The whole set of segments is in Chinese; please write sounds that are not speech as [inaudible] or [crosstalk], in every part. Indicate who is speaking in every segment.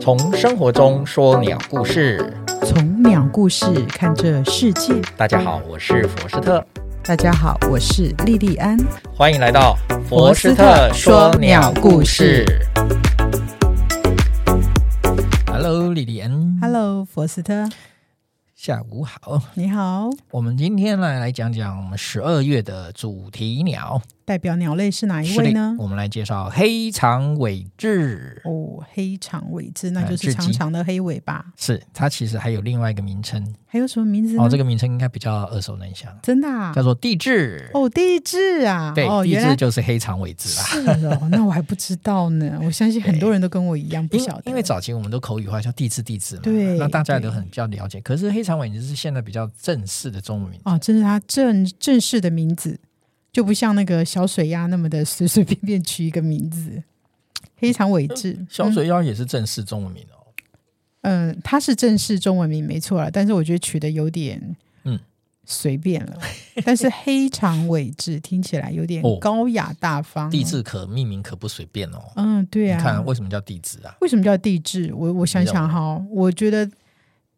Speaker 1: 从生活中说鸟故事。
Speaker 2: 从鸟故事看这世界。
Speaker 1: 大家好，我是佛斯特，
Speaker 2: 大家好，我是莉莉安。
Speaker 1: 欢迎来到
Speaker 2: 佛斯特说鸟故事。
Speaker 1: Hello，李丽安
Speaker 2: Hello，佛斯特，
Speaker 1: 下午好。
Speaker 2: 你好。
Speaker 1: 我们今天来来讲讲我们十二月的主题鸟，
Speaker 2: 代表鸟类是哪一
Speaker 1: 是的
Speaker 2: 位呢？
Speaker 1: 我们来介绍黑长尾雉。
Speaker 2: 哦，黑长尾雉，那
Speaker 1: 呃
Speaker 2: 就是
Speaker 1: 雉鸡
Speaker 2: 长长的黑尾巴。
Speaker 1: 是它其实还有另外一个名称
Speaker 2: 还有什么名字呢？
Speaker 1: 哦，这个名称应该比较耳熟能详，
Speaker 2: 真的啊
Speaker 1: 叫？做地雉。
Speaker 2: 哦，地质啊。
Speaker 1: 对，
Speaker 2: 哦，
Speaker 1: 地
Speaker 2: 原
Speaker 1: 雉
Speaker 2: 来
Speaker 1: 就是黑长尾雉啦。[laughs]
Speaker 2: 是哦。那我还不知道呢。我相信很多人都跟我一样不
Speaker 1: 因
Speaker 2: 晓得，
Speaker 1: 因为早期我们都口语化叫地质地质嘛，
Speaker 2: 对
Speaker 1: 那大家都很比较了解。可是黑长尾就是现在比较正式的中文名字，
Speaker 2: 哦，这是它正正式的名字，就不像那个小水鸭那么的随随便便取一个名字。黑长尾雉，
Speaker 1: 小
Speaker 2: 嗯
Speaker 1: 水妖也是正式中文名哦。
Speaker 2: 嗯，它是正式中文名没错了，但是我觉得取的有点
Speaker 1: 嗯
Speaker 2: 随便了。 [laughs] 但是黑长尾雉听起来有点
Speaker 1: 哦
Speaker 2: 高雅大方、
Speaker 1: 地质可命名可不随便哦。
Speaker 2: 嗯，对
Speaker 1: 你看
Speaker 2: 啊。
Speaker 1: 为什么叫地质啊？
Speaker 2: 为什么叫地质？我我想想哈，我觉得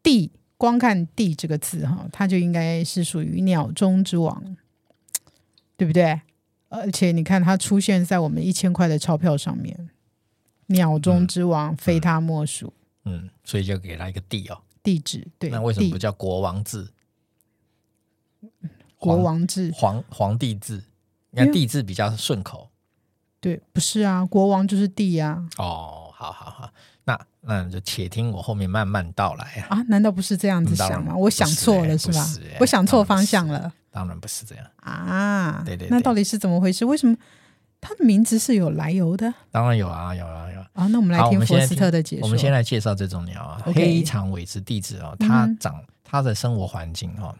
Speaker 2: 地光看地这个字哈，它就应该是属于鸟中之王，对不对？而且你看它出现在我们一千块的钞票上面，鸟中之王、非它莫属。
Speaker 1: 嗯，所以就给它一个地哦。
Speaker 2: 地质对，
Speaker 1: 那为什么
Speaker 2: 地
Speaker 1: 不叫国王制？
Speaker 2: 国
Speaker 1: 皇
Speaker 2: 王制
Speaker 1: 皇皇帝制？你看
Speaker 2: 因为
Speaker 1: 帝制比较顺口
Speaker 2: 对，不是啊，国王就是帝啊
Speaker 1: 哦。好好好，那那你就且听我后面慢慢道来啊。
Speaker 2: 啊，难道不是这样子想
Speaker 1: 当然
Speaker 2: 吗？
Speaker 1: 不
Speaker 2: 我想错了
Speaker 1: 是欸
Speaker 2: 吧
Speaker 1: 不是欸？
Speaker 2: 我想错方向了
Speaker 1: 当然不是这样，
Speaker 2: 啊！
Speaker 1: 对对对
Speaker 2: 那到底是怎么回事？为什么他的名字是有来由的
Speaker 1: 当然有啊，有啊，有啊。
Speaker 2: 啊？那我们来
Speaker 1: 好我
Speaker 2: 听
Speaker 1: 们现
Speaker 2: 佛
Speaker 1: 在
Speaker 2: 斯特的解说。
Speaker 1: 我们先来介绍这种鸟啊
Speaker 2: OK 嗯
Speaker 1: 黑长尾雉地质哦，它长它的生活环境哦，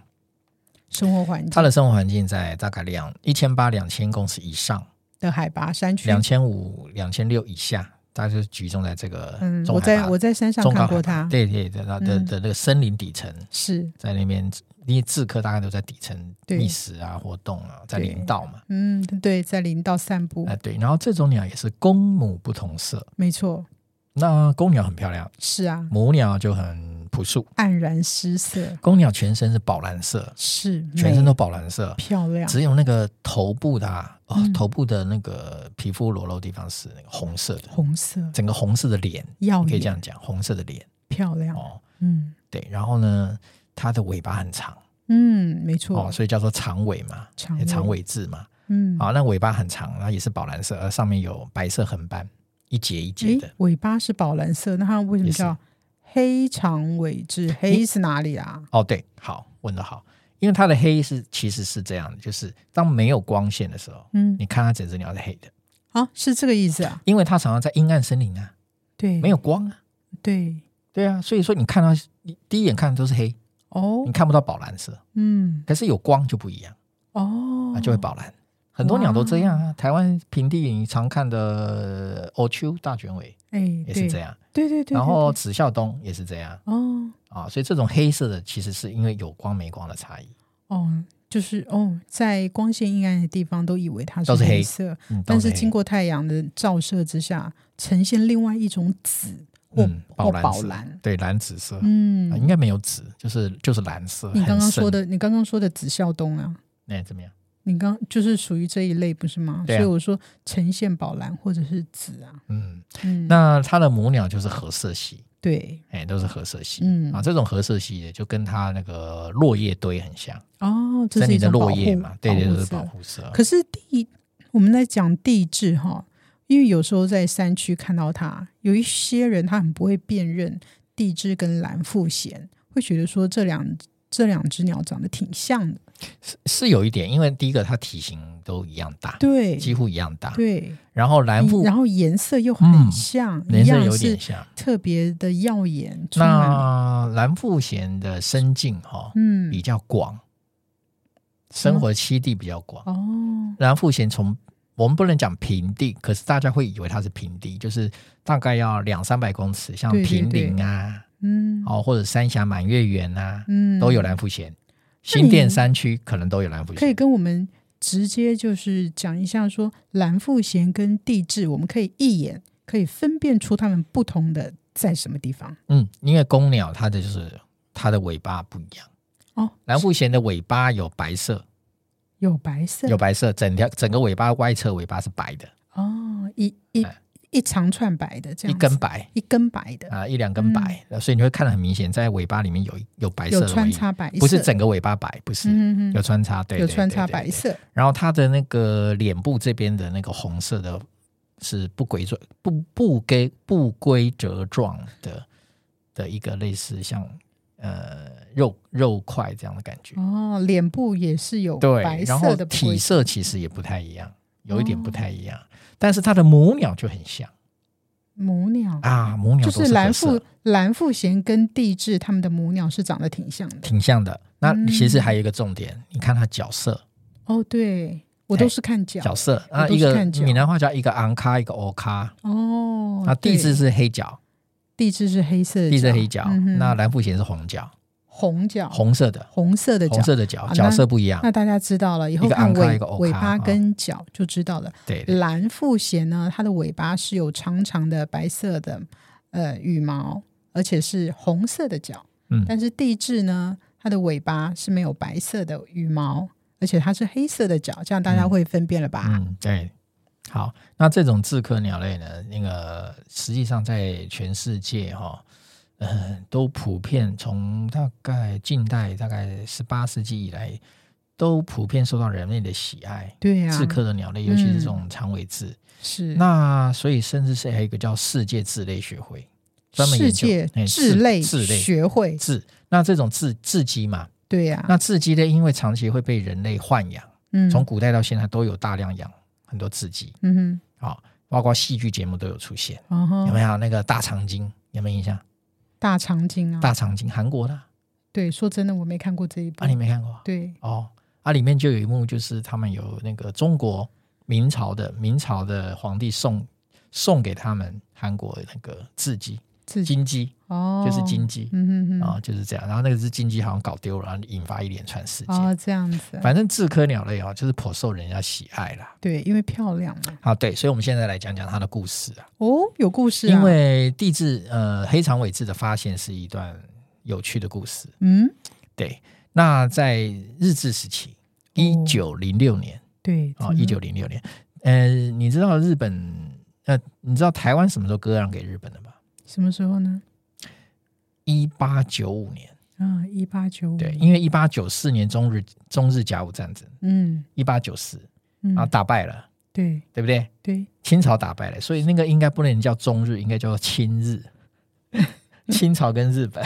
Speaker 2: 生活环
Speaker 1: 它
Speaker 2: 境
Speaker 1: 的生活环境在大概两一千八两千公尺以上，
Speaker 2: 的海拔山区。
Speaker 1: 两千五两千六以下，它就是集中在这个
Speaker 2: 嗯，
Speaker 1: 中
Speaker 2: 我
Speaker 1: 海拔、
Speaker 2: 在我在山上
Speaker 1: 中高
Speaker 2: 看
Speaker 1: 海
Speaker 2: 过
Speaker 1: 拔
Speaker 2: 它，
Speaker 1: 对对对，它的
Speaker 2: 嗯
Speaker 1: 的那个森林底层，
Speaker 2: 是
Speaker 1: 在那边，因为智客大概都在底层
Speaker 2: 对
Speaker 1: 觅食啊、活动啊，在
Speaker 2: 对
Speaker 1: 林道嘛，
Speaker 2: 嗯，对，在林道散步
Speaker 1: 啊、，对，然后这种鸟也是公母不同色，
Speaker 2: 没错，
Speaker 1: 那公鸟很漂亮，
Speaker 2: 是啊，
Speaker 1: 母鸟就很朴素，
Speaker 2: 黯然失色，
Speaker 1: 公鸟全身是宝蓝色。
Speaker 2: 是美
Speaker 1: 全身都宝蓝色，
Speaker 2: 漂亮，
Speaker 1: 只有那个头部的、啊、哦，
Speaker 2: 嗯
Speaker 1: 头部的那个皮肤裸露的地方是那个红色的，
Speaker 2: 红色
Speaker 1: 整个红色的脸，
Speaker 2: 耀
Speaker 1: 可以这
Speaker 2: 眼，
Speaker 1: 样讲，红色的脸
Speaker 2: 漂亮，
Speaker 1: 哦，
Speaker 2: 嗯
Speaker 1: 对。然后呢，它的尾巴很长
Speaker 2: 嗯，没
Speaker 1: 哦，
Speaker 2: 错，
Speaker 1: 所以叫做长尾嘛，
Speaker 2: 长
Speaker 1: 也长
Speaker 2: 尾，
Speaker 1: 尾雉嘛。哦
Speaker 2: 嗯，
Speaker 1: 好、那尾巴很长，然后也是宝蓝色，而上面有白色横斑，一节一节
Speaker 2: 诶，
Speaker 1: 的。
Speaker 2: 尾巴是宝蓝色，那它为什么
Speaker 1: 也是
Speaker 2: 叫黑长尾雉？黑是哪里啊？
Speaker 1: 哦，对，好，问的好，因为它的黑是其实是这样的，就是当没有光线的时候，
Speaker 2: 嗯，
Speaker 1: 你看它整只鸟是黑的，
Speaker 2: 啊，是这个意思啊？
Speaker 1: 因为它常常在阴暗森林啊，
Speaker 2: 对，
Speaker 1: 没有光啊。
Speaker 2: 对
Speaker 1: 对啊，所以说你看到你第一眼看都是黑，
Speaker 2: 哦
Speaker 1: 你，看不到宝蓝色，
Speaker 2: 嗯
Speaker 1: 可是有光就不一样，
Speaker 2: 哦
Speaker 1: 啊，就会宝蓝。很多鸟都这样啊，台湾平地你常看的欧丘大卷尾
Speaker 2: 哎，
Speaker 1: 也是这
Speaker 2: 样，
Speaker 1: 样，
Speaker 2: 对对对，
Speaker 1: 然
Speaker 2: 对
Speaker 1: 后
Speaker 2: 对
Speaker 1: 紫啸东也是这样
Speaker 2: 哦
Speaker 1: 啊，所以这种黑色的其实是因为有光没光的差异，
Speaker 2: 哦，就是哦，在光线阴暗的地方都以为它
Speaker 1: 都是黑
Speaker 2: 黑色，
Speaker 1: 嗯，
Speaker 2: 但是经
Speaker 1: 过
Speaker 2: 过太阳的照射之下，呈现另外一种紫或、
Speaker 1: 嗯
Speaker 2: 或
Speaker 1: 宝蓝
Speaker 2: 宝
Speaker 1: 色
Speaker 2: 蓝。
Speaker 1: 对蓝紫色，
Speaker 2: 嗯
Speaker 1: 啊，应该没有紫，就是就是蓝色。
Speaker 2: 你刚
Speaker 1: 很
Speaker 2: 刚
Speaker 1: 深
Speaker 2: 说的，你刚刚说的紫孝东啊，
Speaker 1: 哎怎么样？
Speaker 2: 你刚就是属于这一类，不是吗？
Speaker 1: 对啊
Speaker 2: 所以我说呈现宝蓝或者是紫啊，
Speaker 1: 嗯，
Speaker 2: 嗯，
Speaker 1: 那它的母鸟就是褐色系，
Speaker 2: 对，
Speaker 1: 哎，都是褐色系。
Speaker 2: 嗯，
Speaker 1: 啊，这种褐色系的就跟它那个落叶堆很像，
Speaker 2: 哦，这
Speaker 1: 森
Speaker 2: 是一
Speaker 1: 林的
Speaker 2: 种
Speaker 1: 落
Speaker 2: 保
Speaker 1: 叶
Speaker 2: 护
Speaker 1: 嘛，对对，
Speaker 2: 护
Speaker 1: 就是
Speaker 2: 色
Speaker 1: 保护色。
Speaker 2: 可是地，我们在讲地质哈，因为有时候在山区看到它，有一些人他很不会辨认地质跟蓝腹鹇，会觉得说这两这两只鸟长得挺像的，
Speaker 1: 是是有一点，因为第一个它体型都一样大，
Speaker 2: 对
Speaker 1: 几乎一样大。
Speaker 2: 对，
Speaker 1: 然后蓝腹
Speaker 2: 然后颜色又
Speaker 1: 嗯
Speaker 2: 很像，
Speaker 1: 颜
Speaker 2: 一
Speaker 1: 色
Speaker 2: 样
Speaker 1: 有
Speaker 2: 是
Speaker 1: 点像，
Speaker 2: 特别的耀眼，充满
Speaker 1: 那蓝腹鹇的生境哈、
Speaker 2: 嗯
Speaker 1: 比较广，生活栖地比较广。
Speaker 2: 哦
Speaker 1: 蓝腹鹇从我们不能讲平地，可是大家会以为它是平地，就是大概要两三百公尺，像
Speaker 2: 对对
Speaker 1: 平
Speaker 2: 对
Speaker 1: 林啊，
Speaker 2: 嗯
Speaker 1: 哦或者三峡满月园啊，
Speaker 2: 嗯
Speaker 1: 都有蓝腹鹇。
Speaker 2: 那你
Speaker 1: 新店山区可能都有蓝腹
Speaker 2: 可以
Speaker 1: 鹇，
Speaker 2: 跟我们直接就是讲一下说蓝腹鹇跟地质，我们可以一眼可以分辨出它们不同的在什么地方？
Speaker 1: 嗯，因为公鸟它的就是它的尾巴不一样，
Speaker 2: 哦，
Speaker 1: 蓝腹鹇的尾巴有白色，
Speaker 2: 有白色，
Speaker 1: 有白色，整条整个尾巴外侧尾巴是白的，
Speaker 2: 哦，一一
Speaker 1: 哎
Speaker 2: 一长串白的这
Speaker 1: 一
Speaker 2: 样子，
Speaker 1: 根白
Speaker 2: 一根白的，
Speaker 1: 啊、一两根白，所以你会看得很明显，在尾巴里面有有白色
Speaker 2: 有
Speaker 1: 的尾
Speaker 2: 穿
Speaker 1: 影，
Speaker 2: 插白色，
Speaker 1: 不是整个尾巴白，不是、
Speaker 2: 嗯，嗯
Speaker 1: 有
Speaker 2: 嗯
Speaker 1: 穿插，对，
Speaker 2: 有
Speaker 1: 对
Speaker 2: 穿
Speaker 1: 对
Speaker 2: 插
Speaker 1: 对
Speaker 2: 白
Speaker 1: 对
Speaker 2: 色，
Speaker 1: 然后它的那个脸部这边的那个红色的，是不规则、不不规不规则状的的一个类似像呃肉肉块这样的感觉。
Speaker 2: 哦，脸部也是有
Speaker 1: 对
Speaker 2: 白，
Speaker 1: 然后
Speaker 2: 色的部
Speaker 1: 体
Speaker 2: 位
Speaker 1: 色其实也不太一样，有一点不
Speaker 2: 哦
Speaker 1: 太一样。但是它的母鸟就很像
Speaker 2: 母鸟，
Speaker 1: 啊，母鸟
Speaker 2: 就
Speaker 1: 都褐
Speaker 2: 是
Speaker 1: 色
Speaker 2: 蓝腹蓝腹鹇跟地质它们的母鸟是长得挺像的。
Speaker 1: 挺像的。那
Speaker 2: 嗯
Speaker 1: 其实还有一个重点，你看它角色，
Speaker 2: 哦，对我
Speaker 1: 哎
Speaker 2: 都是看脚
Speaker 1: 角色
Speaker 2: 我
Speaker 1: 啊，
Speaker 2: 都
Speaker 1: 一
Speaker 2: 是
Speaker 1: 个
Speaker 2: 看角
Speaker 1: 闽南话叫一个昂咖，一个欧咖，
Speaker 2: 哦，
Speaker 1: 那地
Speaker 2: 对
Speaker 1: 质是黑角，
Speaker 2: 地质是黑色的，
Speaker 1: 地质黑角，
Speaker 2: 嗯哼
Speaker 1: 那蓝腹鹇是红角，
Speaker 2: 红角
Speaker 1: 红色的，
Speaker 2: 红色的角
Speaker 1: 红。色的角
Speaker 2: 啊
Speaker 1: 角
Speaker 2: 那
Speaker 1: 色不一样。
Speaker 2: 那大家知道了以后
Speaker 1: 一个
Speaker 2: 看
Speaker 1: 昂咖
Speaker 2: 尾
Speaker 1: 一个欧咖
Speaker 2: 尾巴
Speaker 1: 啊
Speaker 2: 跟脚就知道了。
Speaker 1: 对，对
Speaker 2: 蓝腹鹇呢，它的尾巴是有长长的白色的呃羽毛，而且是红色的脚。
Speaker 1: 嗯
Speaker 2: 但是地质呢，它的尾巴是没有白色的羽毛，而且它是黑色的脚，这样大家
Speaker 1: 嗯
Speaker 2: 会分辨了吧？
Speaker 1: 嗯，对。好，那这种雉科鸟类呢，那个实际上在全世界哈、呃，都普遍从大概近代大概十八世纪以来，都普遍受到人类的喜爱。
Speaker 2: 对啊嗯呀、
Speaker 1: 雉科的鸟类，尤其是
Speaker 2: 嗯
Speaker 1: 这种长尾雉，
Speaker 2: 是
Speaker 1: 那所以甚至是还有一个叫世界雉类学会，专门研
Speaker 2: 世
Speaker 1: 究
Speaker 2: 界
Speaker 1: 哎
Speaker 2: 雉类
Speaker 1: 雉类
Speaker 2: 学会，
Speaker 1: 雉。那这种雉雉鸡嘛，
Speaker 2: 对呀、
Speaker 1: 那雉鸡呢，因为长期会被人类豢养。
Speaker 2: 嗯，
Speaker 1: 从古代到现在都有大量养很多雉鸡
Speaker 2: 嗯
Speaker 1: 啊，包括戏剧节目都有出现。
Speaker 2: 哼，
Speaker 1: 有
Speaker 2: 然后
Speaker 1: 没有那个大长今？有没有印象？
Speaker 2: 大长今啊，
Speaker 1: 大长今，韩国的啊，
Speaker 2: 对，说真的，我没看过这一部，
Speaker 1: 啊你没看过啊？
Speaker 2: 对，
Speaker 1: 哦，啊，里面就有一幕，就是他们有那个中国明朝的明朝的皇帝送送给他们韩国的那个雉鸡，
Speaker 2: 自己
Speaker 1: 金鸡
Speaker 2: 哦，
Speaker 1: 就是金，鸡
Speaker 2: 嗯哼
Speaker 1: 啊，
Speaker 2: 哼，
Speaker 1: 就是这样。然后那个只金鸡好像搞丢了，然后引发一连串事件。
Speaker 2: 哦，这样子，
Speaker 1: 反正雉科鸟类啊，就是颇受人家喜爱啦。
Speaker 2: 对，因为漂亮嘛，
Speaker 1: 好，对，所以我们现在来讲讲它的故事啊。
Speaker 2: 哦，有故事、啊，
Speaker 1: 因为地质呃黑长尾雉的发现是一段有趣的故事。
Speaker 2: 嗯，
Speaker 1: 对，那在日治时期，
Speaker 2: 哦
Speaker 1: 一九零六年
Speaker 2: 对，
Speaker 1: 啊，
Speaker 2: 怎么
Speaker 1: 一九零六年，呃，你知道日本呃，你知道台湾什么时候割让给日本的吗？
Speaker 2: 什么时候呢？
Speaker 1: 一八九五年，
Speaker 2: 啊，一八九五，
Speaker 1: 对，因为一八九四年中日中日甲午战争，
Speaker 2: 嗯
Speaker 1: 一八九四
Speaker 2: 嗯
Speaker 1: 啊，打败了，
Speaker 2: 对
Speaker 1: 对不对？
Speaker 2: 对，
Speaker 1: 清朝打败了，所以那个应该不能叫中日，应该叫清
Speaker 2: [laughs]
Speaker 1: 日。清朝跟日本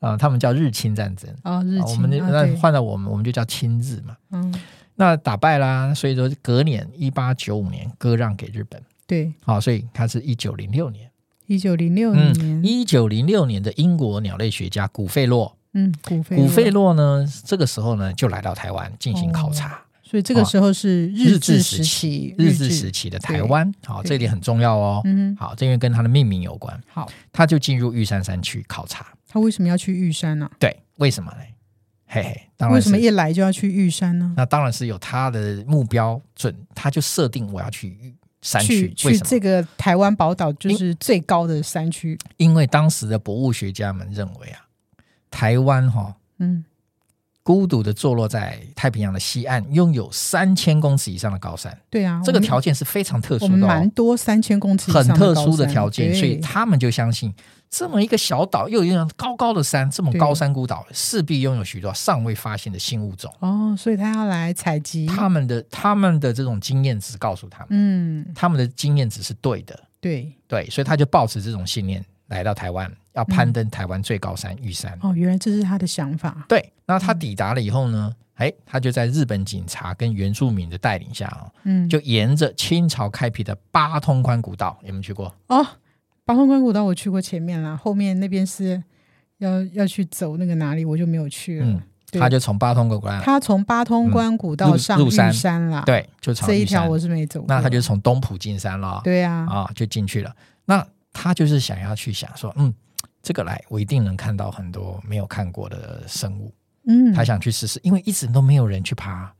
Speaker 1: 啊，他们叫日清战争。
Speaker 2: 哦，日
Speaker 1: 啊我
Speaker 2: 清，
Speaker 1: 们就
Speaker 2: 啊
Speaker 1: 那
Speaker 2: 对
Speaker 1: 换到我们，我们就叫清日嘛。
Speaker 2: 嗯，
Speaker 1: 那打败啦，所以说隔年一八九五年割让给日本，
Speaker 2: 对，
Speaker 1: 好、所以它是一九零六年。
Speaker 2: 一九零六
Speaker 1: 嗯，
Speaker 2: 年，
Speaker 1: 一九零六年的英国鸟类学家古费洛，
Speaker 2: 嗯，古飞
Speaker 1: 古费
Speaker 2: 费，
Speaker 1: 洛呢，这个时候呢就来到台湾进行考察。
Speaker 2: 所以这个时候
Speaker 1: 哦
Speaker 2: 是
Speaker 1: 日
Speaker 2: 治
Speaker 1: 治
Speaker 2: 时
Speaker 1: 时
Speaker 2: 期，
Speaker 1: 日治时，期的台湾，好、
Speaker 2: 对
Speaker 1: 这一点很重要哦。
Speaker 2: 嗯哼，
Speaker 1: 好，这因为跟它的命名有关，
Speaker 2: 好，
Speaker 1: 他就进入玉山山区考察。
Speaker 2: 他为什么要去玉山呢、
Speaker 1: 对，为什么呢？嘿嘿，当
Speaker 2: 为
Speaker 1: 然
Speaker 2: 什么
Speaker 1: 是
Speaker 2: 一来就要去玉山呢？
Speaker 1: 那当然是有他的目标准，他就设定我要去玉山区
Speaker 2: 去。
Speaker 1: 为
Speaker 2: 去
Speaker 1: 什么？
Speaker 2: 这个台湾宝岛就是最高的山区，
Speaker 1: 因为当时的博物学家们认为啊，台湾哈、
Speaker 2: 嗯，
Speaker 1: 孤独的坐落在太平洋的西岸，拥有三千公尺以上的高山，
Speaker 2: 对啊，
Speaker 1: 这个
Speaker 2: 我们
Speaker 1: 条件是非常特
Speaker 2: 我
Speaker 1: 殊
Speaker 2: 们
Speaker 1: 的、
Speaker 2: 蛮
Speaker 1: 哦，
Speaker 2: 多三千公尺以
Speaker 1: 很
Speaker 2: 上
Speaker 1: 特
Speaker 2: 高
Speaker 1: 殊的
Speaker 2: 山
Speaker 1: 条件，所以
Speaker 2: 对
Speaker 1: 他们就相信这么一个小岛，又有一样高高的山，这么
Speaker 2: 对
Speaker 1: 高山孤岛，势必拥有许多尚未发现的新物种。
Speaker 2: 哦，所以他要来采集，
Speaker 1: 他们的他们的这种经验值告诉他们，
Speaker 2: 嗯，
Speaker 1: 他们的经验值是对的，
Speaker 2: 对，
Speaker 1: 对，所以他就抱持这种信念来到台湾，要攀
Speaker 2: 嗯
Speaker 1: 登台湾最高山玉山。
Speaker 2: 哦，原来这是他的想法，
Speaker 1: 对，那他抵达了以后呢，哎，他就在日本警察跟原住民的带领下哦，
Speaker 2: 嗯，
Speaker 1: 就沿着清朝开辟的八通关古道，有没有去过？
Speaker 2: 哦，八通关古道我去过前面啦，后面那边是要要去走那个哪里，我就没有去了。
Speaker 1: 嗯，
Speaker 2: 对
Speaker 1: 他就从八通关古道，
Speaker 2: 他从八通关古道
Speaker 1: 入
Speaker 2: 上
Speaker 1: 入
Speaker 2: 玉
Speaker 1: 山
Speaker 2: 山啦，，
Speaker 1: 对，就从
Speaker 2: 这一
Speaker 1: 玉
Speaker 2: 条
Speaker 1: 山，
Speaker 2: 我是没走过。
Speaker 1: 那他就从东浦进山了，
Speaker 2: 对啊，
Speaker 1: 啊，就进去了。那他就是想要去想说，嗯，这个来我一定能看到很多没有看过的生物，
Speaker 2: 嗯，
Speaker 1: 他想去试试，因为一直都没有人去爬，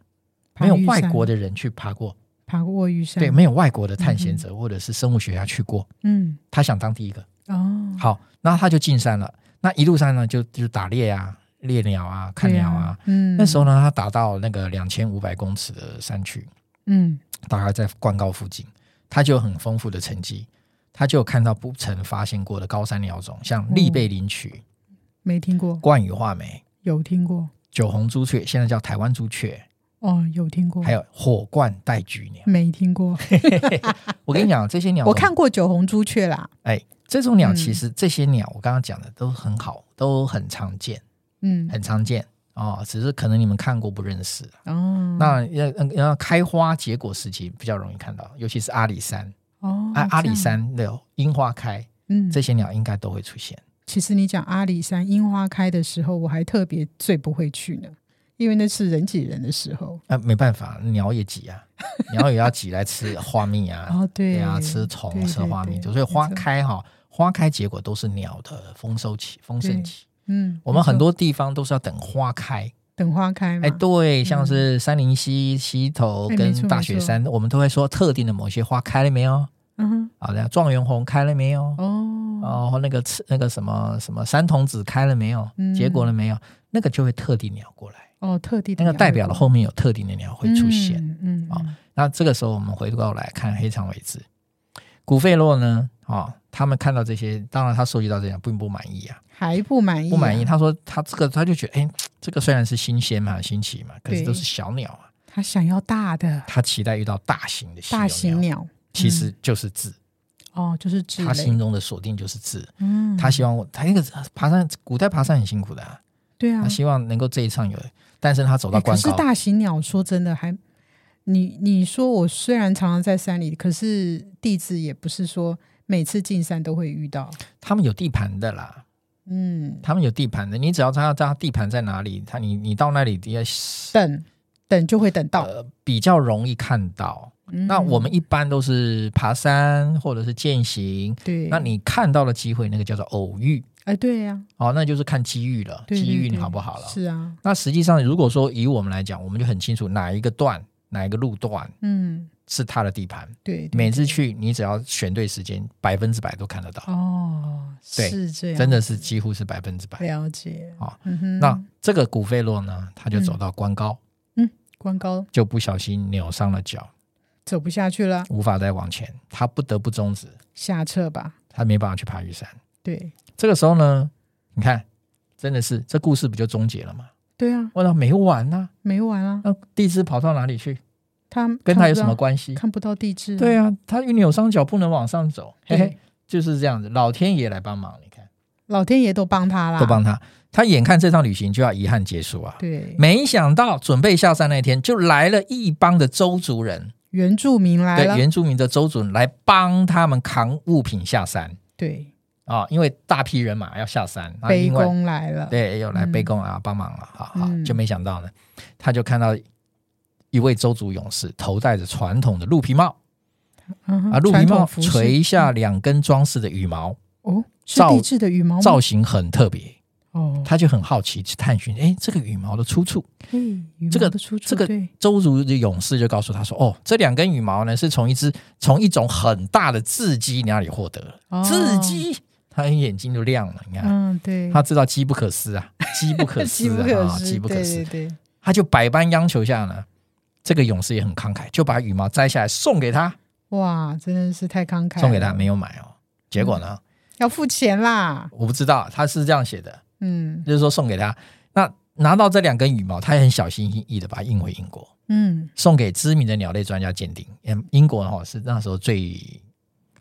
Speaker 2: 爬
Speaker 1: 没有
Speaker 2: 玉
Speaker 1: 外
Speaker 2: 山
Speaker 1: 国的人去爬过，
Speaker 2: 爬过玉山，
Speaker 1: 对，没有外国的探险者或者是生物学家去过，
Speaker 2: 嗯，
Speaker 1: 他想当第一个。
Speaker 2: 哦，
Speaker 1: 好，那他就进山了。那一路上呢，就就打猎啊，猎鸟啊，看
Speaker 2: 对
Speaker 1: 鸟
Speaker 2: 啊
Speaker 1: 啊。，
Speaker 2: 嗯，
Speaker 1: 那时
Speaker 2: 候，
Speaker 1: 候呢，他打到那个两千五百公尺的山区，
Speaker 2: 嗯，
Speaker 1: 大概在灌高附近，他就有很丰富的成绩。他就有看到不曾发现过的高山鸟种，
Speaker 2: 哦
Speaker 1: 像丽贝林曲、
Speaker 2: 没听过，
Speaker 1: 冠羽画眉、
Speaker 2: 有听过，
Speaker 1: 酒红朱雀，现在叫台湾朱雀，
Speaker 2: 哦，有听过，
Speaker 1: 还有火冠带菊鸟。
Speaker 2: 没听过？
Speaker 1: 我跟你讲，这些鸟，
Speaker 2: 我看，过九红朱雀啦，
Speaker 1: 哎，这种鸟
Speaker 2: 嗯
Speaker 1: 其实这些鸟，我刚刚讲的都很好，都很常见，
Speaker 2: 嗯，
Speaker 1: 很常见哦。只是可能你们看过不认识。
Speaker 2: 哦，
Speaker 1: 那要呃要开花结果时期比较容易看到，尤其是阿里山，
Speaker 2: 哦，
Speaker 1: 啊，阿里
Speaker 2: 这样，
Speaker 1: 山的樱花开，
Speaker 2: 嗯，
Speaker 1: 这些鸟应该都会出现。
Speaker 2: 其实你讲阿里山樱花开的时候，我还特别最不会去呢，因为那是人挤人的时候。
Speaker 1: 啊，没办法，鸟也挤
Speaker 2: [laughs]
Speaker 1: 啊，鸟也要挤来吃花蜜啊，
Speaker 2: 哦，对
Speaker 1: 对啊，吃虫
Speaker 2: 对
Speaker 1: 吃
Speaker 2: 对
Speaker 1: 花蜜，
Speaker 2: 对
Speaker 1: 就所以花
Speaker 2: 没错
Speaker 1: 开哈，花开结果都是鸟的丰收期、丰
Speaker 2: 对
Speaker 1: 盛期。
Speaker 2: 嗯，
Speaker 1: 我们很
Speaker 2: 没错
Speaker 1: 多地方都是要等花开，
Speaker 2: 等花开嘛，
Speaker 1: 哎，对，像
Speaker 2: 嗯
Speaker 1: 是三林溪、溪头
Speaker 2: 哎没
Speaker 1: 跟
Speaker 2: 错
Speaker 1: 大
Speaker 2: 没
Speaker 1: 雪
Speaker 2: 错
Speaker 1: 山，我们都会说特定的某些花开了没有？
Speaker 2: 嗯
Speaker 1: 好的，状元红开了没有？
Speaker 2: 哼，哦，
Speaker 1: 哦，那个刺那个什么什么三童子开了没有？
Speaker 2: 嗯
Speaker 1: 结果了没有？那个就会特定鸟过来，
Speaker 2: 哦，特地
Speaker 1: 那个代表了后面有特定的鸟会出现。，
Speaker 2: 嗯，嗯
Speaker 1: 哦那这个时候我们回过来看黑长尾雉，古费洛呢？哦，他们看到这些，当然他收集到这些并不满意啊，
Speaker 2: 还不满意，
Speaker 1: 不满意。，他说他这个他就觉得，哎，这个虽然是新鲜嘛、新奇嘛，可是
Speaker 2: 对
Speaker 1: 都是小鸟啊，
Speaker 2: 他想要大的
Speaker 1: 他期待遇到大型的稀有
Speaker 2: 大型
Speaker 1: 鸟，
Speaker 2: 鸟，
Speaker 1: 其实就是雉，
Speaker 2: 哦，就是指
Speaker 1: 他心中的锁定就是雉。
Speaker 2: 嗯，
Speaker 1: 他希望我，他那个爬山，古代爬山很辛苦的、啊，
Speaker 2: 对啊
Speaker 1: 他，希望能够这一场有，但是他走
Speaker 2: 哎
Speaker 1: 到
Speaker 2: 可
Speaker 1: 关
Speaker 2: 是
Speaker 1: 高，
Speaker 2: 大型鸟说真的还，你你说我虽然常常在山里，可是地质也不是说每次进山都会遇到。
Speaker 1: 他们有地盘的啦，
Speaker 2: 嗯，
Speaker 1: 他们有地盘的，你只要知道他地盘在哪里，他你你到那里也
Speaker 2: 等等就会等到。
Speaker 1: 呃比较容易看到。
Speaker 2: 嗯
Speaker 1: 那我们一般都是爬山或者是践行，
Speaker 2: 对，
Speaker 1: 那你看到了机会，那个叫做偶遇，
Speaker 2: 哎，对呀、
Speaker 1: 哦，那就是看机遇了，
Speaker 2: 对
Speaker 1: 机
Speaker 2: 对
Speaker 1: 遇你
Speaker 2: 对
Speaker 1: 好不好了？
Speaker 2: 是啊，
Speaker 1: 那实际上，如果说以我们来讲，我们就很清楚哪一个段、哪一个路段
Speaker 2: 嗯，
Speaker 1: 是他的地盘。
Speaker 2: 对，对
Speaker 1: 每次
Speaker 2: 对
Speaker 1: 去，你只要选对时间，百分之百都看得到，
Speaker 2: 哦，
Speaker 1: 对
Speaker 2: 是这样，
Speaker 1: 真的是几乎是百分之百。
Speaker 2: 了解。
Speaker 1: 好
Speaker 2: 嗯哼，
Speaker 1: 那这个古费洛呢，他就走到关高，
Speaker 2: 关高
Speaker 1: 就不小心扭伤了脚，
Speaker 2: 走不下去了，
Speaker 1: 无法再往前，他不得不终止，
Speaker 2: 下撤吧。
Speaker 1: 他没办法去爬玉山。
Speaker 2: 对，
Speaker 1: 这个时候呢，你看，真的是这故事不就终结了吗？
Speaker 2: 对啊，
Speaker 1: 我说没完呐、
Speaker 2: 没完啊。
Speaker 1: 那地质跑到哪里去？
Speaker 2: 他
Speaker 1: 跟
Speaker 2: 他
Speaker 1: 他有什么关系？
Speaker 2: 看不到地质、
Speaker 1: 对啊，他一扭伤脚不能往上走，嘿
Speaker 2: 对，
Speaker 1: 嘿，就是这样子，老天爷来帮忙，你看
Speaker 2: 老天爷都帮他啦，
Speaker 1: 都帮他，他眼看这趟旅行就要遗憾结束啊。
Speaker 2: 对，
Speaker 1: 没想到准备下山那天，就来了一帮的周族人，
Speaker 2: 原住民来了
Speaker 1: 对，原住民的周主来帮他们扛物品下山
Speaker 2: 对，
Speaker 1: 啊、因为大批人马要下山，那
Speaker 2: 卑
Speaker 1: 啊另外
Speaker 2: 工来了，
Speaker 1: 对又来
Speaker 2: 嗯
Speaker 1: 背弓啊，帮忙了，好好，
Speaker 2: 嗯
Speaker 1: 就没想到呢，他就看到一位周族勇士头戴着传统的鹿皮帽
Speaker 2: 嗯哼
Speaker 1: 啊，鹿皮
Speaker 2: 传
Speaker 1: 帽
Speaker 2: 统服饰
Speaker 1: 垂下两根装饰的羽毛，
Speaker 2: 哦，是
Speaker 1: 造
Speaker 2: 地质的羽毛
Speaker 1: 造
Speaker 2: 吗？
Speaker 1: 型很特别，
Speaker 2: 哦，
Speaker 1: 他就很好奇去探寻，哎，这个羽毛的出处。
Speaker 2: 嘿，羽
Speaker 1: 这
Speaker 2: 毛
Speaker 1: 个
Speaker 2: 的出处
Speaker 1: 这个
Speaker 2: 对，
Speaker 1: 周族的勇士就告诉他说：“哦，这两根羽毛呢，是从一只从一种很大的雉鸡那里获得的。
Speaker 2: 哦
Speaker 1: 雉鸡，他眼睛就亮了。你看，
Speaker 2: 嗯，对，
Speaker 1: 他知道机不可失
Speaker 2: [laughs]
Speaker 1: 啊，机不可
Speaker 2: 机
Speaker 1: 失
Speaker 2: 不
Speaker 1: 啊，
Speaker 2: [laughs] 可
Speaker 1: 啊
Speaker 2: 失，
Speaker 1: 机不可
Speaker 2: 对
Speaker 1: 失。
Speaker 2: 对对，
Speaker 1: 他就百般央求下呢，这个勇士也很慷慨，就把羽毛摘下来送给他，
Speaker 2: 哇，真的是太慷慨了，
Speaker 1: 送给他，没有买哦。结果呢，
Speaker 2: 要付钱啦，
Speaker 1: 我不知道他是这样写的，
Speaker 2: 嗯
Speaker 1: 就是说送给他。那拿到这两根羽毛，他也很小心翼翼的把它运回英国。”
Speaker 2: 嗯，
Speaker 1: 送给知名的鸟类专家鉴定。嗯，英国哈是那时候最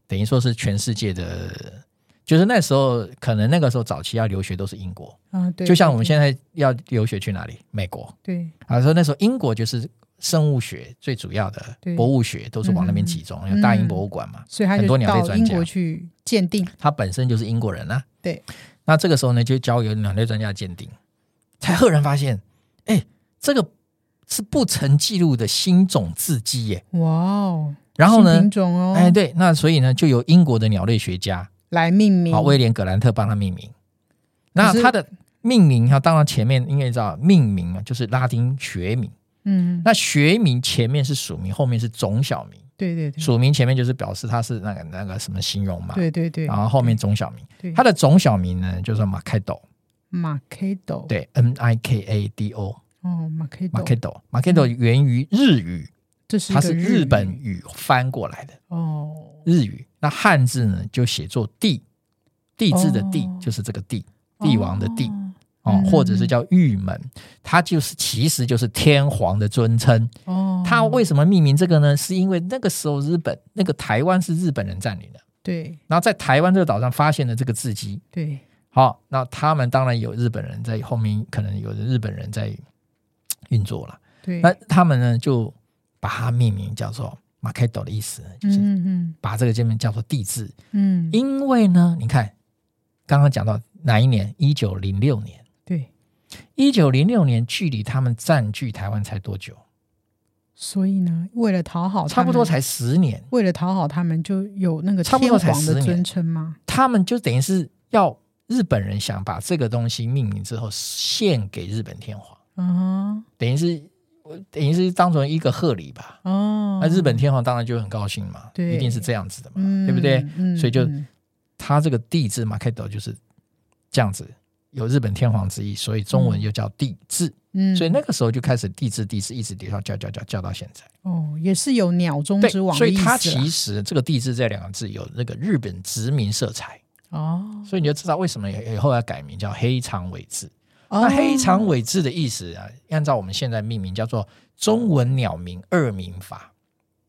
Speaker 1: 等于说是全世界的，就是那时候可能那个时候早期要留学都是英国，
Speaker 2: 啊，对，
Speaker 1: 就像我们
Speaker 2: 在
Speaker 1: 现在要留学去哪里？美国
Speaker 2: 对
Speaker 1: 啊，所以那时候英国就是生物学最主要的
Speaker 2: 对嗯
Speaker 1: 博物学都是往那边集中，有大英博物馆嘛，
Speaker 2: 所以他
Speaker 1: 很多
Speaker 2: 就
Speaker 1: 鸟类
Speaker 2: 到
Speaker 1: 专
Speaker 2: 英
Speaker 1: 家
Speaker 2: 国去鉴定，
Speaker 1: 他本身就是英国人啊。
Speaker 2: 对，
Speaker 1: 那这个时候呢，就交由鸟类专家鉴定，才赫然发现，哎，这个是不曾记录的新种雉鸡耶。
Speaker 2: 哇哦，
Speaker 1: 然后
Speaker 2: 新
Speaker 1: 呢
Speaker 2: 品，种哦，
Speaker 1: 哎，对，那所以呢，就由英国的鸟类学家
Speaker 2: 来命名
Speaker 1: 啊，威廉·格兰特帮他命名。那
Speaker 2: 可是
Speaker 1: 他的命名啊，当然前面因为知道命名啊，就是拉丁学名。
Speaker 2: 嗯，
Speaker 1: 那学名前面是属名，后面是种小名。
Speaker 2: 对对对，
Speaker 1: 属名前面就是表示它是那个那个什么形容嘛，
Speaker 2: 对对对
Speaker 1: 然，后后面种小名，
Speaker 2: 对，哦
Speaker 1: 它的种小名呢就是 Makedo，
Speaker 2: 马 K 斗，，
Speaker 1: 对，N I K A D O
Speaker 2: 哦，马 K 斗，
Speaker 1: Makedo，Makedo 源于日语，
Speaker 2: 这是一
Speaker 1: 它
Speaker 2: 个
Speaker 1: 是
Speaker 2: 日
Speaker 1: 日
Speaker 2: 语
Speaker 1: 本语翻过来的
Speaker 2: 哦，
Speaker 1: 日语。那汉字呢就写作帝，帝字的帝
Speaker 2: 哦
Speaker 1: 就是这个帝，帝王的帝哦
Speaker 2: 嗯，
Speaker 1: 或者是叫玉门，它就是其实就是天皇的尊称。
Speaker 2: 哦，
Speaker 1: 它为什么命名这个呢？是因为那个时候日本那个台湾是日本人占领的，
Speaker 2: 对
Speaker 1: 然后在台湾这个岛上发现了这个字迹。
Speaker 2: 对
Speaker 1: 好、那他们当然有日本人在后面，可能有日本人在运作了。
Speaker 2: 对，
Speaker 1: 那他们呢就把它命名叫做马开斗的意思呢，就是
Speaker 2: 嗯嗯
Speaker 1: 把这个界面叫做地质。
Speaker 2: 嗯，嗯
Speaker 1: 因为呢，你看刚刚讲到哪一年？一九零六年。
Speaker 2: 对，
Speaker 1: 一九零六年，距离他们占据台湾才多久？
Speaker 2: 所以呢，为了讨好哦他
Speaker 1: 差不多
Speaker 2: 们
Speaker 1: 才十年。
Speaker 2: 为了讨好他们，就有那个
Speaker 1: 差
Speaker 2: 天
Speaker 1: 不多才
Speaker 2: 皇
Speaker 1: 10
Speaker 2: 的
Speaker 1: 年
Speaker 2: 尊称吗？
Speaker 1: 他们就等于是要日本人想把这个东西命名之后献给日本天皇，
Speaker 2: 嗯
Speaker 1: 等于是等于是当成一个贺礼吧。
Speaker 2: 哼，哦，
Speaker 1: 啊那日本天皇当然就很高兴嘛，
Speaker 2: 对
Speaker 1: 一定是这样子的嘛，
Speaker 2: 嗯，
Speaker 1: 对不对？
Speaker 2: 嗯
Speaker 1: 所以就
Speaker 2: 嗯
Speaker 1: 他这个帝字马开斗就是这样子，有日本天皇之意，所以中文又叫帝字。
Speaker 2: 嗯
Speaker 1: 所以那个时候就开始帝字帝字一直叫叫叫叫叫到现在。
Speaker 2: 哦，也是有鸟中
Speaker 1: 对
Speaker 2: 之，王
Speaker 1: 所
Speaker 2: 的
Speaker 1: 以
Speaker 2: 意
Speaker 1: 它
Speaker 2: 思啊啦
Speaker 1: 其实这个帝字这两个字有那个日本殖民色彩，
Speaker 2: 哦，
Speaker 1: 所以你就知道为什么以后要改名叫黑长尾字。
Speaker 2: 那
Speaker 1: 那
Speaker 2: 哦
Speaker 1: 黑长尾字的意思啊，按照我们现在命名叫做中文鸟鸣二鸣法。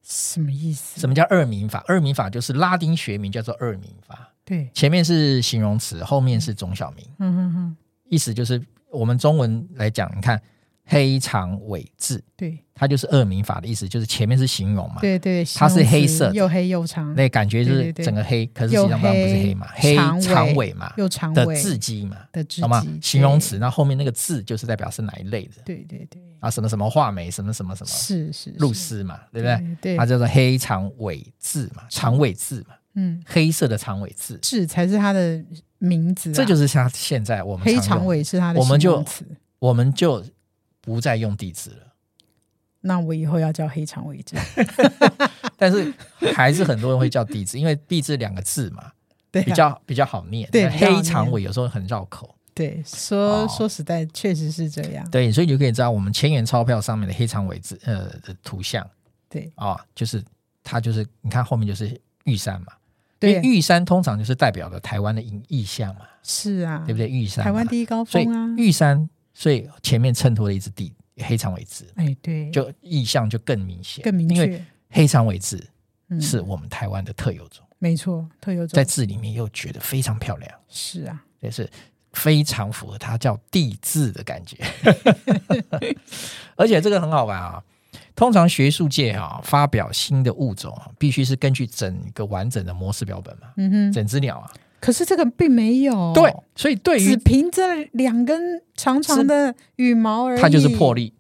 Speaker 2: 什么意思？
Speaker 1: 什么叫二名法？二名法就是拉丁学名叫做二名法，
Speaker 2: 对，
Speaker 1: 前面是形容词，后面是种小名，
Speaker 2: 嗯哼哼，
Speaker 1: 意思就是我们中文来讲，你看黑长尾字，
Speaker 2: 对
Speaker 1: 它就是二名法的意思，就是前面是形容嘛，
Speaker 2: 对对，
Speaker 1: 它是
Speaker 2: 形容
Speaker 1: 黑
Speaker 2: 词
Speaker 1: 色的
Speaker 2: 又黑又长，
Speaker 1: 那感觉就
Speaker 2: 对
Speaker 1: 是
Speaker 2: 对对
Speaker 1: 整个黑，可是实际上当然不是黑嘛，黑
Speaker 2: 长尾
Speaker 1: 长尾嘛
Speaker 2: 又长
Speaker 1: 的
Speaker 2: 尾
Speaker 1: 字迹嘛，
Speaker 2: 的字
Speaker 1: 好吗
Speaker 2: 迹？
Speaker 1: 形容，词，那后面那个字就是代表是哪一类的
Speaker 2: 对对对对，
Speaker 1: 啊？什么什么画眉，什么什么什么
Speaker 2: 是是
Speaker 1: 露
Speaker 2: 是
Speaker 1: 丝嘛，对不对？？啊
Speaker 2: 对
Speaker 1: 它，叫做黑长尾字嘛，长尾字嘛，
Speaker 2: 嗯，
Speaker 1: 黑色的长尾字。
Speaker 2: 字才是它的名字啊，
Speaker 1: 这就是像现在我们
Speaker 2: 黑
Speaker 1: 常
Speaker 2: 长
Speaker 1: 用，
Speaker 2: 尾是它的
Speaker 1: 我们
Speaker 2: 形
Speaker 1: 就
Speaker 2: 容词。
Speaker 1: 我们就不再用地址了。
Speaker 2: 那我以后要叫黑长尾字，
Speaker 1: 但是还是很多人会叫地
Speaker 2: [laughs]
Speaker 1: 址，因为地址两个字嘛，
Speaker 2: 对啊，
Speaker 1: [laughs] 比较比较好念。
Speaker 2: 对
Speaker 1: 那
Speaker 2: 比较好
Speaker 1: 黑长尾有时候很绕口，
Speaker 2: 对，说
Speaker 1: 哦
Speaker 2: 说实在，确实是这样。
Speaker 1: 对，所以你就可以知道我们千元钞票上面的黑长尾字呃的图像
Speaker 2: 对
Speaker 1: 啊、就是它就是你看后面就是玉山嘛，因为
Speaker 2: 对，
Speaker 1: 玉山通常就是代表了台湾的意意象嘛，
Speaker 2: 是啊
Speaker 1: 对，不对？玉山嘛，
Speaker 2: 台湾第一高
Speaker 1: 所以
Speaker 2: 峰啊，
Speaker 1: 玉山，所以前面衬托了一只地黑长尾字，
Speaker 2: 哎，对，
Speaker 1: 就意象就更明显，
Speaker 2: 更明
Speaker 1: 因为
Speaker 2: 确，
Speaker 1: 黑长尾雉
Speaker 2: 嗯
Speaker 1: 是我们台湾的特有种，
Speaker 2: 没错，特有种
Speaker 1: 在字里面又觉得非常漂亮，
Speaker 2: 是啊，
Speaker 1: 也是非常符合它叫地字的感
Speaker 2: [laughs]
Speaker 1: 觉。而且这个很好玩啊，通常学术界啊发表新的物种啊，必须是根据整个完整的模式标本嘛，
Speaker 2: 嗯哦哼。
Speaker 1: 整只鸟啊。
Speaker 2: 可是这个并没有，
Speaker 1: 对，，所以对
Speaker 2: 只
Speaker 1: 于
Speaker 2: 凭这两根长长的羽毛而已，
Speaker 1: 它就是破例，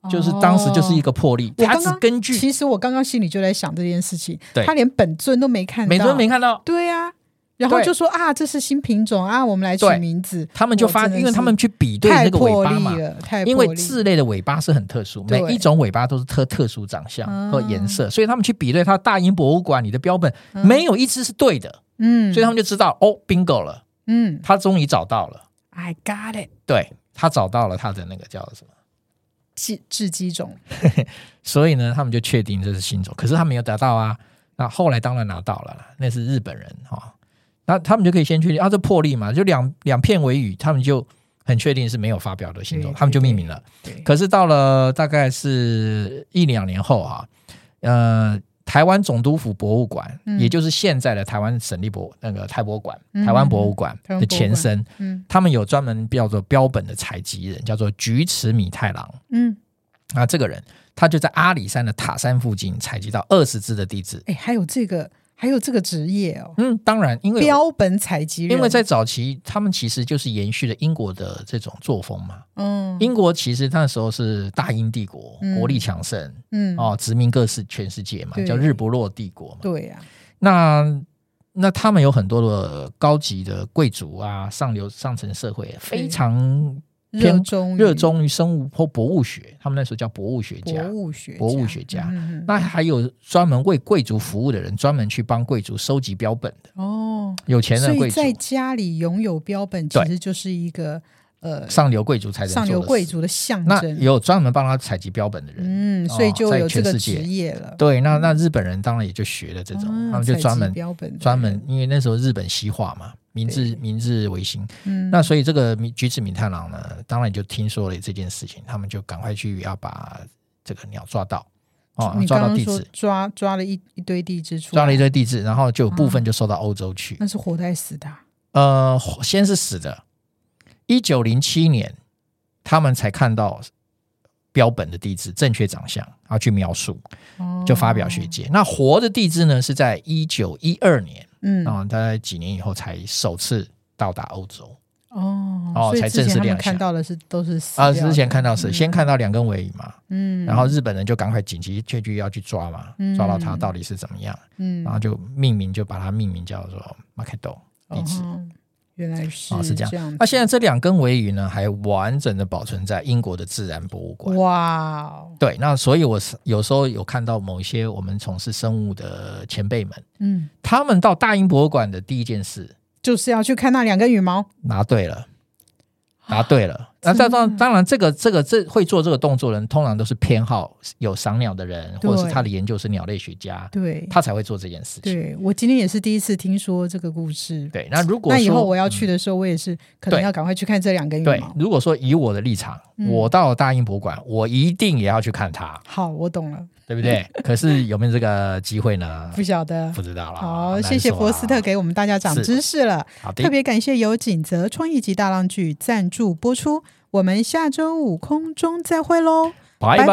Speaker 2: 哦，
Speaker 1: 就是当时就是一个破例，
Speaker 2: 我
Speaker 1: 它
Speaker 2: 刚
Speaker 1: 只
Speaker 2: 刚
Speaker 1: 根据
Speaker 2: 其实我刚刚心里就在想这件事情，
Speaker 1: 对
Speaker 2: 他连本尊都没看到，
Speaker 1: 美尊没看到。
Speaker 2: 对啊，然后
Speaker 1: 对
Speaker 2: 就说啊，这是新品种啊，我们来取
Speaker 1: 对
Speaker 2: 名字，
Speaker 1: 他们就发，
Speaker 2: 我真的
Speaker 1: 因为他
Speaker 2: 是
Speaker 1: 们去比对
Speaker 2: 太
Speaker 1: 那个
Speaker 2: 破
Speaker 1: 尾巴嘛
Speaker 2: 例，了，太
Speaker 1: 因
Speaker 2: 破
Speaker 1: 为
Speaker 2: 例
Speaker 1: 雉类的尾巴是很特殊，每
Speaker 2: 对
Speaker 1: 一种尾巴都是特特殊长
Speaker 2: 嗯
Speaker 1: 相和颜色，所以他们去比对它大英博物馆里的标本，没有一只是对的，
Speaker 2: 嗯，
Speaker 1: 所以他们就知道哦，bingo 了，
Speaker 2: 嗯
Speaker 1: 他终于找到了，
Speaker 2: ，I got it，
Speaker 1: 对他找到了他的那个叫什么，
Speaker 2: 鸡雉鸡种，
Speaker 1: 所以呢，他们就确定这是新种，可是他没有得到啊，那后来当然拿到了啦，那是日本人哈、哦，那他们就可以先确定啊，这破例嘛，就两两片尾羽，他们就很确定是没有发表的新种，
Speaker 2: 对
Speaker 1: 他们就
Speaker 2: 对
Speaker 1: 命名了。
Speaker 2: 对，
Speaker 1: 可是到了大概是一两年后啊，呃，台湾总督府博物馆，
Speaker 2: 嗯
Speaker 1: 也就是现在的台湾省立博那个台博馆、
Speaker 2: 嗯
Speaker 1: 台湾博物馆
Speaker 2: 台湾博物馆
Speaker 1: 的前身，
Speaker 2: 嗯
Speaker 1: 他们有专门叫做标本的采集人，叫做菊池米太郎。
Speaker 2: 嗯，
Speaker 1: 那这个人，他就在阿里山的塔山附近采集到二十只的地质。
Speaker 2: 哎，还有这个，还有这个职业哦，
Speaker 1: 嗯，当然，因为
Speaker 2: 标本采集人，
Speaker 1: 因为在早期，他们其实就是延续了英国的这种作风嘛。
Speaker 2: 嗯
Speaker 1: 英国其实那时候是大英帝国，
Speaker 2: 嗯
Speaker 1: 国力强盛，
Speaker 2: 嗯
Speaker 1: 哦，殖民各世全世界嘛
Speaker 2: 对，
Speaker 1: 叫日不落帝国嘛。
Speaker 2: 对啊呀，
Speaker 1: 那那他们有很多的高级的贵族啊，上流上层社会非常
Speaker 2: 热衷于
Speaker 1: 热衷于生物或博物学，他们那时候叫博物学
Speaker 2: 博
Speaker 1: 家。
Speaker 2: 物学
Speaker 1: 博物学家
Speaker 2: 嗯嗯
Speaker 1: 那还有专门为贵族服务的人，专门去帮贵族收集标本的，
Speaker 2: 嗯哦，
Speaker 1: 有钱
Speaker 2: 所
Speaker 1: 的贵
Speaker 2: 以
Speaker 1: 族、
Speaker 2: 在家里拥有标本其
Speaker 1: 对
Speaker 2: 实就是一个呃
Speaker 1: 上流贵族才能做
Speaker 2: 上
Speaker 1: 的
Speaker 2: 流贵
Speaker 1: 事。
Speaker 2: 族的象
Speaker 1: 那
Speaker 2: 征。
Speaker 1: 有专门帮他采集标本的人。
Speaker 2: 嗯，所以
Speaker 1: 哦
Speaker 2: 就
Speaker 1: 在
Speaker 2: 有
Speaker 1: 全
Speaker 2: 这个
Speaker 1: 世
Speaker 2: 职
Speaker 1: 界
Speaker 2: 业了。
Speaker 1: 对，那那日本人当然也就学了这种，
Speaker 2: 啊
Speaker 1: 他们就
Speaker 2: 采
Speaker 1: 专
Speaker 2: 集
Speaker 1: 门
Speaker 2: 标本的
Speaker 1: 专门
Speaker 2: 人，
Speaker 1: 因为那时候日本西化嘛，明治
Speaker 2: 对
Speaker 1: 明治维新，
Speaker 2: 嗯，
Speaker 1: 那所以这个明菊子明太郎呢，当然就听说了这件事情，他们就赶快去要把这个鸟抓到，哦，
Speaker 2: 你
Speaker 1: 抓
Speaker 2: 刚
Speaker 1: 到
Speaker 2: 刚
Speaker 1: 地
Speaker 2: 说
Speaker 1: 质，
Speaker 2: 抓抓了一一堆地质出来，
Speaker 1: 抓了一堆地质，然后就有部分就送到欧洲去。
Speaker 2: 那是活带死的啊，
Speaker 1: 呃，先是死的，一九零七年他们才看到标本的地质正确长相，然后去描述，
Speaker 2: 哦
Speaker 1: 就发表学，界。那活的地质呢，是在一九一二年，
Speaker 2: 嗯，
Speaker 1: 啊、大概几年以后才首次到达欧洲。
Speaker 2: 哦
Speaker 1: 哦
Speaker 2: 所以
Speaker 1: 才
Speaker 2: 之
Speaker 1: 正
Speaker 2: 前
Speaker 1: 式
Speaker 2: 他们
Speaker 1: 亮
Speaker 2: 看
Speaker 1: 相
Speaker 2: 到的是都是死
Speaker 1: 啊，
Speaker 2: 掉
Speaker 1: 之前
Speaker 2: 的
Speaker 1: 看到是、
Speaker 2: 嗯
Speaker 1: 先看到两根尾羽嘛，
Speaker 2: 嗯，
Speaker 1: 然后日本人就赶快紧急确据要去抓嘛，
Speaker 2: 嗯
Speaker 1: 抓到它到底是怎么样，
Speaker 2: 嗯，
Speaker 1: 然后就命名就把它命名叫做 Makedo 地址。
Speaker 2: 哦原来是
Speaker 1: 哦是这
Speaker 2: 这
Speaker 1: 样
Speaker 2: 样子，
Speaker 1: 那现在这两根尾羽呢，还完整的保存在英国的自然博物馆。
Speaker 2: 哇哦，
Speaker 1: 对，那所以我是有时候有看到某一些我们从事生物的前辈们，
Speaker 2: 嗯，
Speaker 1: 他们到大英博物馆的第一件事，
Speaker 2: 就是要去看那两根羽毛，
Speaker 1: 答对了，答对了。那当
Speaker 2: 啊真
Speaker 1: 当
Speaker 2: 的
Speaker 1: 当然，这个这个这会做这个动作的人，通常都是偏好有赏鸟的人，或者是
Speaker 2: 对
Speaker 1: 他的研究是鸟类学家，
Speaker 2: 对，
Speaker 1: 他才会做这件事情。
Speaker 2: 对我今天也是第一次听说这个故事，
Speaker 1: 对，那如果
Speaker 2: 那以后
Speaker 1: 说嗯
Speaker 2: 我要去的时候，我也是可能
Speaker 1: 对
Speaker 2: 要赶快去看这两根羽
Speaker 1: 对
Speaker 2: 毛，。
Speaker 1: 如果说以我的立场，
Speaker 2: 嗯
Speaker 1: 我到大英博物馆，我一定也要去看它，
Speaker 2: 好，我懂了，
Speaker 1: 对不
Speaker 2: [laughs]
Speaker 1: 对？可是有没有这个机会呢？
Speaker 2: 不晓得
Speaker 1: 不。知道了。
Speaker 2: 好，
Speaker 1: 啊难
Speaker 2: 谢谢
Speaker 1: 说
Speaker 2: 博
Speaker 1: 啊
Speaker 2: 斯特。给我们大家长
Speaker 1: 是
Speaker 2: 知识了。
Speaker 1: 好的
Speaker 2: 特，别感谢由锦泽创意及大浪剧赞助播出。我们下周五空中再会喽。
Speaker 1: 拜
Speaker 2: 拜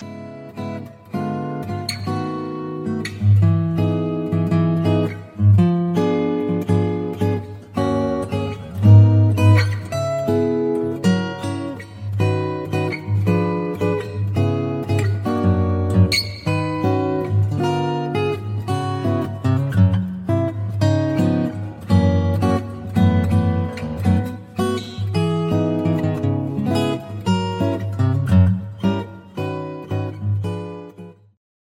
Speaker 1: 拜。